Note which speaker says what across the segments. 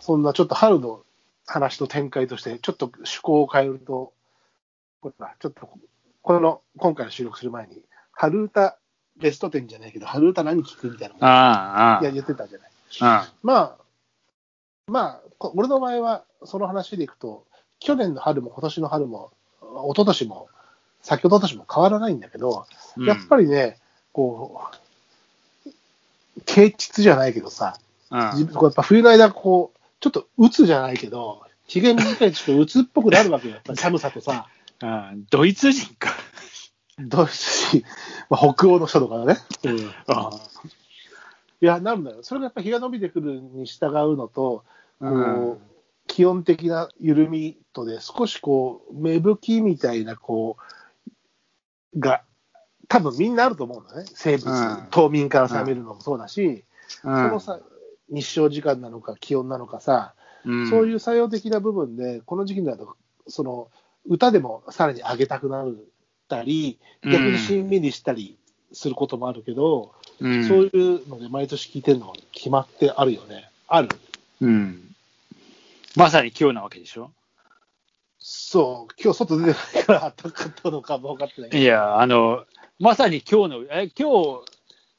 Speaker 1: そんなちょっと春の話の展開として、ちょっと趣向を変えると、これだちょっとこの今回の収録する前に、春歌ベスト10じゃないけど、春歌何聞くみたいなの
Speaker 2: ああ、あ
Speaker 1: いや言ってたじゃない。
Speaker 2: あ、
Speaker 1: まあ、まあ、こ俺の場合はその話でいくと、去年の春も今年の春も、一昨年も、先ほど年も変わらないんだけど、
Speaker 2: うん。
Speaker 1: やっぱ
Speaker 2: り、
Speaker 1: りね、こう、啓蟄じゃないけどさ、自分こうやっぱ冬の間、こう、ちょっと鬱じゃないけど、ひげ短いとちょっと鬱っぽくなるわけよ、やっぱり寒さとさ、
Speaker 2: うん。ドイツ人か。
Speaker 1: ドイツ人、まあ、北欧の人とかね。
Speaker 2: あ
Speaker 1: いや、なるんだよ。それがやっぱ日が伸びてくるに従うのと、こう
Speaker 2: うん
Speaker 1: 気温的な緩みとで、少しこう、芽吹きみたいな、こう、が、多分みんなあると思うんだね。生物、
Speaker 2: うん
Speaker 1: 冬眠から覚めるのもそうだし、
Speaker 2: う
Speaker 1: そのさ、日照時間なのか気温なのかさ、
Speaker 2: ん
Speaker 1: そういう作用的な部分で、この時期になると、その、歌でもさらに上げたくなったり、
Speaker 2: うん
Speaker 1: 逆にしんみりしたりすることもあるけど、
Speaker 2: うん、
Speaker 1: そういうので毎年聞いてるのが決まってあるよね。ある。
Speaker 2: うん。まさに今日なわけでしょ
Speaker 1: そう、今日外出てないから暖かかったのかも分かってないけ
Speaker 2: いや、あの、まさに今日の、え、今日、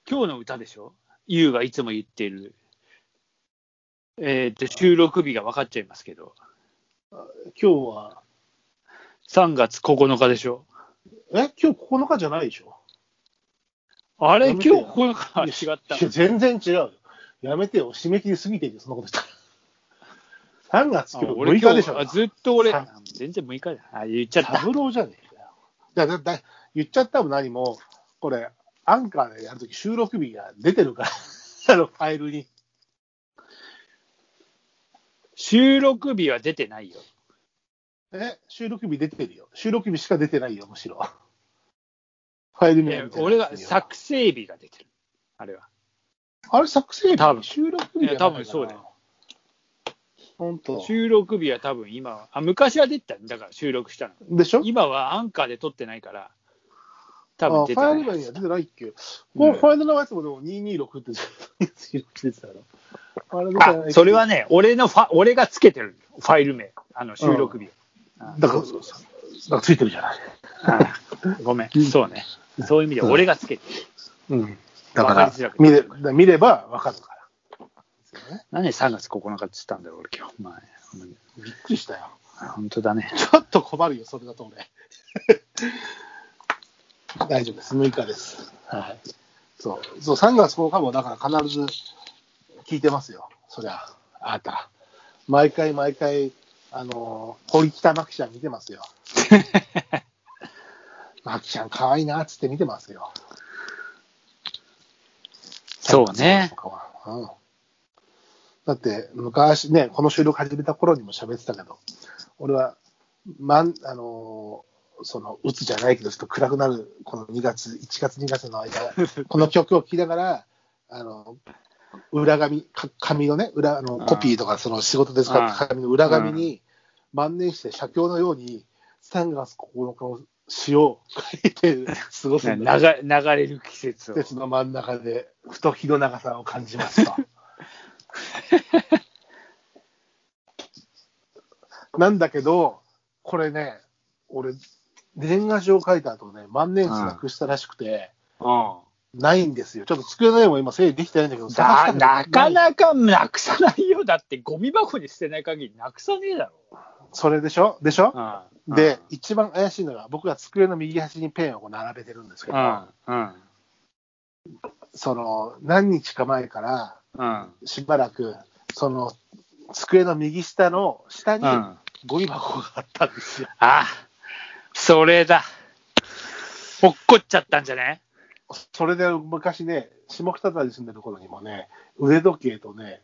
Speaker 2: 今日の歌でしょユウがいつも言っている。えっ、と、収録日が分かっちゃいますけど、
Speaker 1: ど、今日は、
Speaker 2: 3月9日でしょ
Speaker 1: え、今日9日じゃないでしょ
Speaker 2: あれ
Speaker 1: や
Speaker 2: 今
Speaker 1: めて
Speaker 2: 日
Speaker 1: よ
Speaker 2: 9日違った
Speaker 1: い。や、全然違うよ。やめてよ、締め切り過ぎてるよ、そんなことしたら。3月今日
Speaker 2: あ
Speaker 1: 6日でしょ
Speaker 2: あ。ずっと俺
Speaker 1: さ、
Speaker 2: 全然6日だ。あ、言っちゃった
Speaker 1: サ。ブローじゃねえかよ。だだだ言っちゃったも何も、これ、アンカーでやるとき収録日が出てるから、あ の、ファイルに。
Speaker 2: 収録日は出てないよ。
Speaker 1: え、収録日出てるよ。収録日しか出てないよ、むしろ。ファイル名みたいな
Speaker 2: 俺が
Speaker 1: さ
Speaker 2: 作成日が出てる。あれは。
Speaker 1: あれ作成日
Speaker 2: 多分
Speaker 1: 収録日じゃなかった
Speaker 2: いや多分そうだよ。
Speaker 1: 本当。
Speaker 2: 収録日は多分今は、あ、昔は出てたんだから収録したの。
Speaker 1: でしょ
Speaker 2: 今はアンカーで撮ってないから、多
Speaker 1: あ
Speaker 2: 分
Speaker 1: フ
Speaker 2: 出て
Speaker 1: ァイル
Speaker 2: な
Speaker 1: 名
Speaker 2: い
Speaker 1: には出てないっけ、もうファイルのやつもでも226ってずっと 収録してたの。あれみたいな
Speaker 2: あ、それはね、俺のファ、俺がつけてるファイル名、あの収録日。あ
Speaker 1: だから、そうそうだからついてるじゃない。
Speaker 2: あごめん、そうね。そういう意味で俺がつけてる。
Speaker 1: うん。だ
Speaker 2: わ
Speaker 1: か
Speaker 2: からりづら、く
Speaker 1: 見れだから見ればわかるから。ですよね
Speaker 2: 何で3月9日って言ったんだよ、俺今日。まあ、
Speaker 1: びっくりしたよ。
Speaker 2: 本当だね。
Speaker 1: ちょっと困るよ、それだと俺。 大丈夫です、6日です。はい。そう、そう3月10日もだから必ず聞いてますよ、そりゃ、あなた。毎回毎回、あのー堀北真希ちゃん見てます よ。真希ちゃん可愛いなっつって見てますよ。
Speaker 2: そうね
Speaker 1: 3月10日は。うんだって昔ね、この収録始めた頃にも喋ってたけど、俺は、まん、あのーその、うつじゃないけど、ちょっと暗くなる、この2月、1月、2月の 間、この曲を聴きながら、あの、裏紙、か紙のね、裏、あの、
Speaker 2: うん
Speaker 1: コピーとか、その仕事で使った紙の裏紙に、万年して写経のように、3月9日の詩を書いて過ごすんだ。
Speaker 2: 流れ流れる季節を。
Speaker 1: 鉄の真ん中で、ふと日の長さを感じます と。なんだけど、これね、俺、年賀状書いた後ね、万年筆なくしたらしくて、
Speaker 2: うん
Speaker 1: ないんですよ。ちょっと机の上も今整理できてないんだけど、
Speaker 2: だなか
Speaker 1: か。
Speaker 2: なかなくさないよ。だって、ゴミ箱に捨てない限りなくさねえだろ。
Speaker 1: それでしょでしょ
Speaker 2: うん
Speaker 1: で、、一番怪しいのが、僕が机の右端にペンをこう並べてるんですけ
Speaker 2: う
Speaker 1: ど、
Speaker 2: ん、うん、
Speaker 1: その、何日か前から、
Speaker 2: うん。
Speaker 1: しばらく、その、机の右下の、下に、
Speaker 2: うん
Speaker 1: ゴミ箱があったんですよ。
Speaker 2: あ、それだ。落っこっちゃったんじゃね
Speaker 1: それで昔ね、下北沢に住んでる頃にもね、腕時計とね、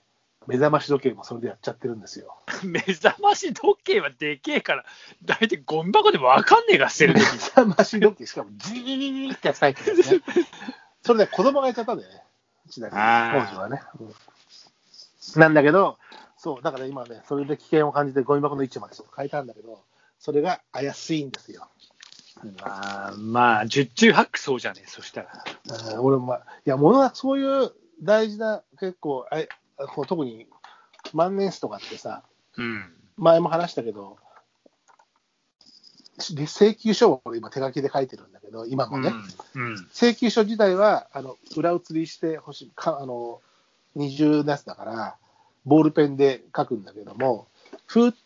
Speaker 1: 目覚まし時計もそれでやっちゃってるんですよ。
Speaker 2: 目覚まし時計はでけえから、だいたいゴミ箱でもわかんねえが捨てる
Speaker 1: 目
Speaker 2: 時。
Speaker 1: 覚まし時計、しかもジリリリリリってやつ入ってるんですね。それで子供がやっちゃったんだよね。うちだけ、
Speaker 2: あー
Speaker 1: 当時はね、うんなんだけど、そう、だから今ね、それで危険を感じてゴミ箱の位置までちょっと変えたんだけど、それが怪しいんですよ。
Speaker 2: まあ、まあ、十中八九そうじゃねえ、そしたら。
Speaker 1: うん俺もまあ、いや、ものはそういう大事な、結構、あいこう特に万年筆とかってさ、
Speaker 2: うん。
Speaker 1: 前も話したけど、し請求書を俺今手書きで書いてるんだけど、今もね、
Speaker 2: うん。
Speaker 1: 請求書自体はあの裏写りしてほしいかあの、二重なやつだから、ボールペンで書くんだけども、封筒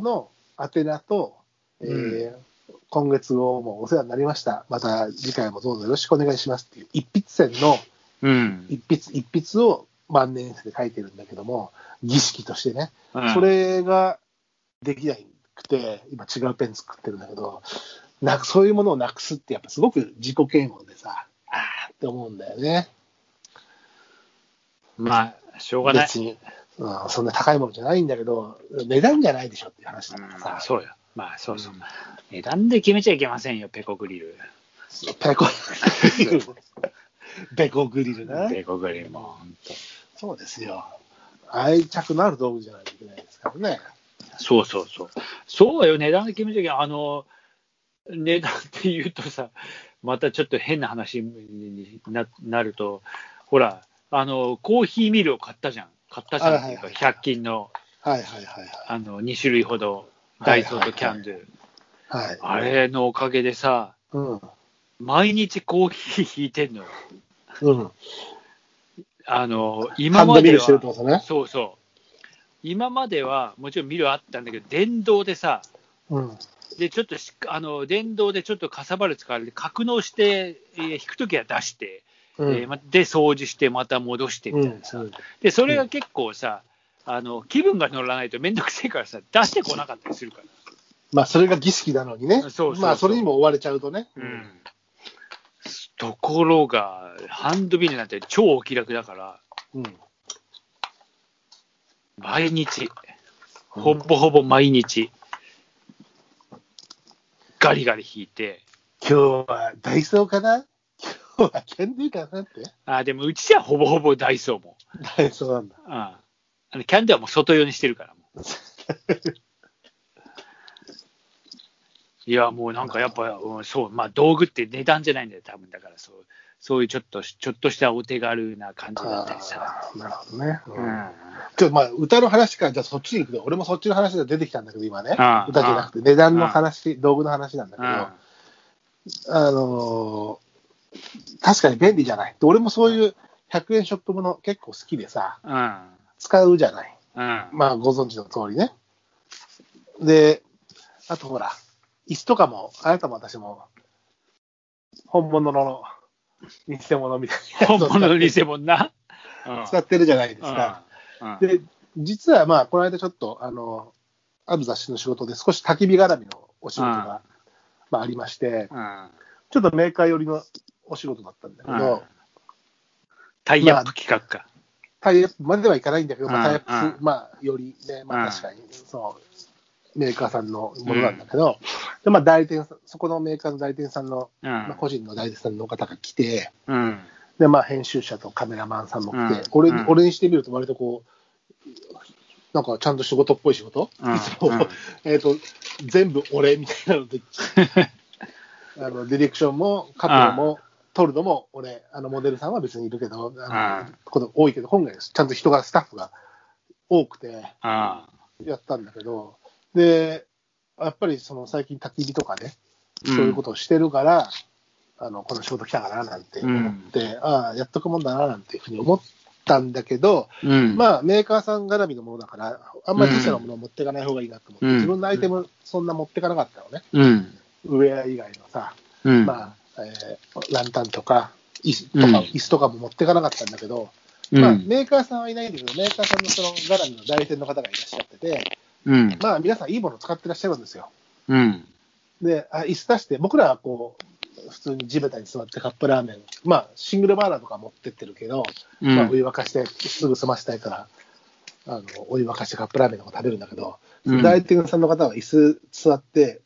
Speaker 1: の宛名と、えー今月をもうお世話になりました、また次回もどうぞよろしくお願いしますっていう、一筆線の
Speaker 2: うん。
Speaker 1: 一筆一筆を万年筆で書いてるんだけども、儀式としてね、
Speaker 2: うん
Speaker 1: そ、れができなくて、今違うペン作ってるんだけど、なくそういうものをなくすって、やっぱすごく自己嫌悪でさ、あーって思うんだよね。
Speaker 2: まあ、しょうがない。
Speaker 1: 別に、うん、そんな高いものじゃないんだけど、値段じゃないでしょっていう話だから
Speaker 2: う
Speaker 1: さ
Speaker 2: ん、、そうよ。まあ、そうそう
Speaker 1: うん。
Speaker 2: 値段で決めちゃいけませんよ、ペコグリル。
Speaker 1: ペコ、ペコグリルね。
Speaker 2: ペコグリルも。ほんと
Speaker 1: そうですよ。愛着のある道具じゃないといけないですからね。
Speaker 2: そうそうそう。そうよ、値段で決めちゃいけない。あの、値段って言うとさ、またちょっと変な話にななると、ほら、あの、コーヒーミルを買ったじゃん。買ったじゃんっていうか、
Speaker 1: はいはいはい
Speaker 2: 100均の
Speaker 1: はいはいはい
Speaker 2: あの2種類ほど、ダイソーとキャンドゥ。
Speaker 1: はい。はい、
Speaker 2: あれのおかげでさ、
Speaker 1: うん。
Speaker 2: 毎日コーヒー引いてんのよ。
Speaker 1: うん。
Speaker 2: あの、今
Speaker 1: ハン
Speaker 2: ま
Speaker 1: ドミ
Speaker 2: で
Speaker 1: ルしてるって
Speaker 2: は、
Speaker 1: ことね。
Speaker 2: そうそう。今までは、もちろんミルあったんだけど、電動でさ、
Speaker 1: うん。
Speaker 2: で、ちょっとしあの電動でちょっとかさばる使われて、格納して、えー引くときは出して、
Speaker 1: う
Speaker 2: えーまで、掃除して、また戻してみたいなさ、
Speaker 1: うんうん
Speaker 2: で、それが結構さ、あの気分が乗らないとめんどくせえからさ、出してこなかったりするか
Speaker 1: まあ、それが儀式なのにね。
Speaker 2: そうそうそう
Speaker 1: まあ、それにも追われちゃうとね。
Speaker 2: ら。ところが、ハンドビルなんて超お気楽だから、
Speaker 1: うん。
Speaker 2: 毎日、ほぼほぼ毎日、ガリガリ引いて、
Speaker 1: 今日はダイソーかな今日はキャンディーかなって。
Speaker 2: あーでもうちじゃほぼほぼダイソーも。
Speaker 1: ダイソーなんだ。
Speaker 2: うんあのキャンディはもう外用にしてるからもう。 いや、もうなんかやっぱ、うんそう、まあ道具って値段じゃないんだよ、多分だからそう、そういうちょっと、ちょっとしたお手軽な感じだったりさ。
Speaker 1: あーなるほどね。
Speaker 2: う
Speaker 1: うん
Speaker 2: ん。
Speaker 1: ちょっとまあ、歌の話から、じゃあそっちに行くと、俺もそっちの話が出てきたんだけど、今ね。
Speaker 2: あー
Speaker 1: 歌じゃなくて、値段の話、道具の話なんだけ
Speaker 2: う
Speaker 1: ど、
Speaker 2: ん
Speaker 1: あのー確かに便利じゃない。で俺もそういう100円ショップもの結構好きでさ、
Speaker 2: うん。
Speaker 1: 使うじゃない。
Speaker 2: うん。
Speaker 1: まあ、ご存知の通りね。で、あとほら、椅子とかも、あなたも私も、本物の偽物みたいな
Speaker 2: 本
Speaker 1: やつを
Speaker 2: 物の偽物な。うん
Speaker 1: 使ってるじゃないですか。
Speaker 2: うん
Speaker 1: で、実はまあ、この間ちょっと、あの、ある雑誌の仕事で少し焚き火絡みのお仕事が、まあ、ありまして、
Speaker 2: うん
Speaker 1: ちょっとメーカー寄りのお仕事だったんだけ
Speaker 2: うん
Speaker 1: ど、
Speaker 2: タイアップ企画か。
Speaker 1: タイアップまではいかないんだけど、まあ、タイア
Speaker 2: うん
Speaker 1: ッ
Speaker 2: う
Speaker 1: プ、まあ、よりね、ま
Speaker 2: う
Speaker 1: あ、
Speaker 2: ん
Speaker 1: 確かに、そう、メーカーさんのものなんだけど、で、まあ、代理店さん、そこのメーカーの代理店さんの、
Speaker 2: うん
Speaker 1: まあ、個人の代理店さんの方が来て、
Speaker 2: うん。
Speaker 1: で、まあ、編集者とカメラマンさんも来て、
Speaker 2: うん
Speaker 1: 俺
Speaker 2: うん
Speaker 1: 俺にしてみると、割とこう、なんかちゃんと仕事っぽい仕事、
Speaker 2: うん
Speaker 1: いつも、
Speaker 2: うん
Speaker 1: えっと、全部俺みたいな ので、あのディレクションも、カメラも、撮るのも俺、あのモデルさんは別にいるけど、あの
Speaker 2: うん
Speaker 1: こと多いけど、今回、ちゃんと人が、スタッフが多くて
Speaker 2: あ
Speaker 1: やったんだけど、で、やっぱりその最近、焚き火とかね、そういうことをしてるから、あのこの仕事来たかななんて思って、ああ、やっとくもんだななんていうふうに思ったんだけど、
Speaker 2: うん。
Speaker 1: まあ、メーカーさん絡みのものだから、あんまり自社のものを持っていかない方がいいなと思って、
Speaker 2: うん
Speaker 1: 自分のアイテム、そんな持っていかなかったのね、
Speaker 2: うん。
Speaker 1: ウェア以外のさ、
Speaker 2: うん。
Speaker 1: まあえーランタンとか椅子と
Speaker 2: う
Speaker 1: か、
Speaker 2: ん
Speaker 1: 椅子とかも持っていかなかったんだけど、
Speaker 2: うん
Speaker 1: まあ、メーカーさんはいないんだけど、メーカーさんのその絡みの代理店の方がいらっしゃってて、
Speaker 2: うん。
Speaker 1: まあ、皆さん、いいものを使ってらっしゃるんですよ。
Speaker 2: うん。
Speaker 1: で、あ椅子出して、僕らはこう、普通に地べたに座ってカップラーメン、まあ、シングルバーナーとか持ってってるけど、
Speaker 2: うん
Speaker 1: まあ、お湯沸かして、すぐ済ませたいから、あのお湯沸かしてカップラーメンとか食べるんだけど、
Speaker 2: うん
Speaker 1: ダイエティングさんの方は椅子座って、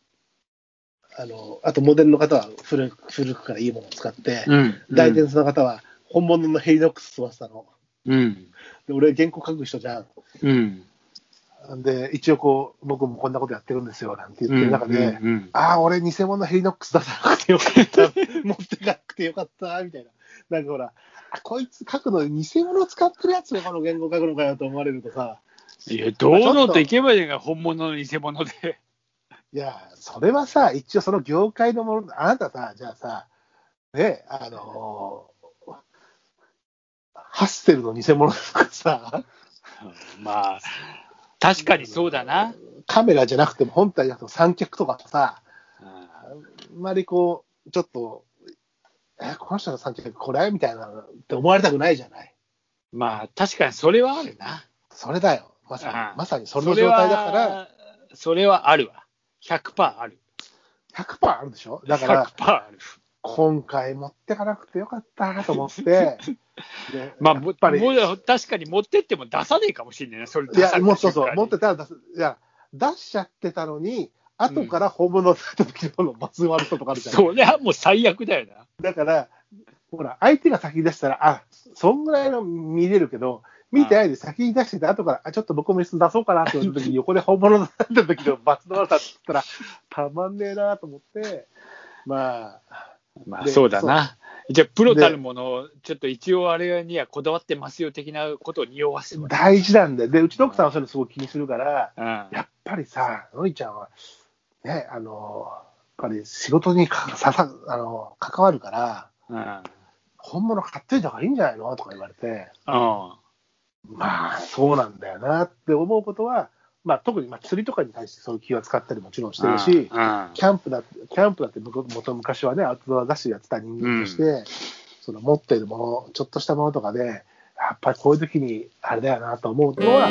Speaker 1: あのあとモデルの方は古く古くからいいものを使って、
Speaker 2: うん。
Speaker 1: ダイエティングさんの方は本物のヘリノックス座ってたの。
Speaker 2: うん。
Speaker 1: で俺、原稿書く人じゃん。
Speaker 2: うん。
Speaker 1: で、一応こう、僕もこんなことやってるんですよ、なんて言ってる中で、
Speaker 2: うん。
Speaker 1: ああ、俺、偽物のヘリノックス出さなくてよか った。持ってかなくてよかった、みたいな。なんかほら、あこいつ書くのに偽物を使ってるやつがこの言語書くのかよと思われるとさ、
Speaker 2: いや、堂々といけばいいじゃんか、本物の偽物 で。
Speaker 1: いや、それはさ、一応その業界のもの、あなたさ、じゃあさ、ね、あのーハッセルの偽物とかさ、
Speaker 2: まあ、確かにそうだな。
Speaker 1: カメラじゃなくても本体じゃなくても三脚とかとさ、
Speaker 2: うん
Speaker 1: あんまりこう、ちょっと、え、この人の三脚これみたいなのって思われたくないじゃない。
Speaker 2: まあ、確かにそれはあるな。
Speaker 1: それだよ。まさ
Speaker 2: ああ
Speaker 1: に、まさにそれの状態だから、
Speaker 2: ら。それはあるわ。100%ある。
Speaker 1: 100%あるでしょだから、
Speaker 2: 100%ある。
Speaker 1: 今回持ってかなくてよかったなと思 って、で
Speaker 2: まあ、
Speaker 1: や
Speaker 2: も
Speaker 1: っぱり、
Speaker 2: もう確かに持ってっても出さねえかもしれないね、それ
Speaker 1: いや、もうそうそう、持っ
Speaker 2: 出
Speaker 1: てたら出す、いや、出しちゃってたのに、後から本物だった時のまず割るとかあるじ
Speaker 2: さ
Speaker 1: ゃ
Speaker 2: れ
Speaker 1: ん。
Speaker 2: た瞬間にそれはもう最悪だよな。
Speaker 1: だから、ほら、相手が先に出したら、あ、そんぐらいの見れるけど、見てないで先に出してて、後から、あ、ちょっと僕も一緒に出そうかなって思った時に、横で本物だった時の罰の悪さって言ったら、たまんねえなと思って、まあ、
Speaker 2: まあ、
Speaker 1: で
Speaker 2: そうだな。じゃあ、プロたるものを、ちょっと一応あれにはこだわってますよ的なことを匂わせる。
Speaker 1: 大事なんだよ。で、うちの奥さんはそういうのすごい気にするから、
Speaker 2: うん
Speaker 1: やっぱりさ、のりちゃんは、ね、あの、やっぱり仕事にかささあの関わるから、
Speaker 2: うん。
Speaker 1: 本物買っといた方がいいんじゃないのとか言われて、
Speaker 2: うん。
Speaker 1: まあそうなんだよなって思うことは、まあ、特にまあ釣りとかに対してそういう気は使ったりもちろんしてるし、
Speaker 2: うん
Speaker 1: キャンプだってキャンプだって僕元昔はね、アウトドア雑誌やってた人間として、その持っているもの、ちょっとしたものとかで、やっぱりこういう時にあれだよなと思うのは、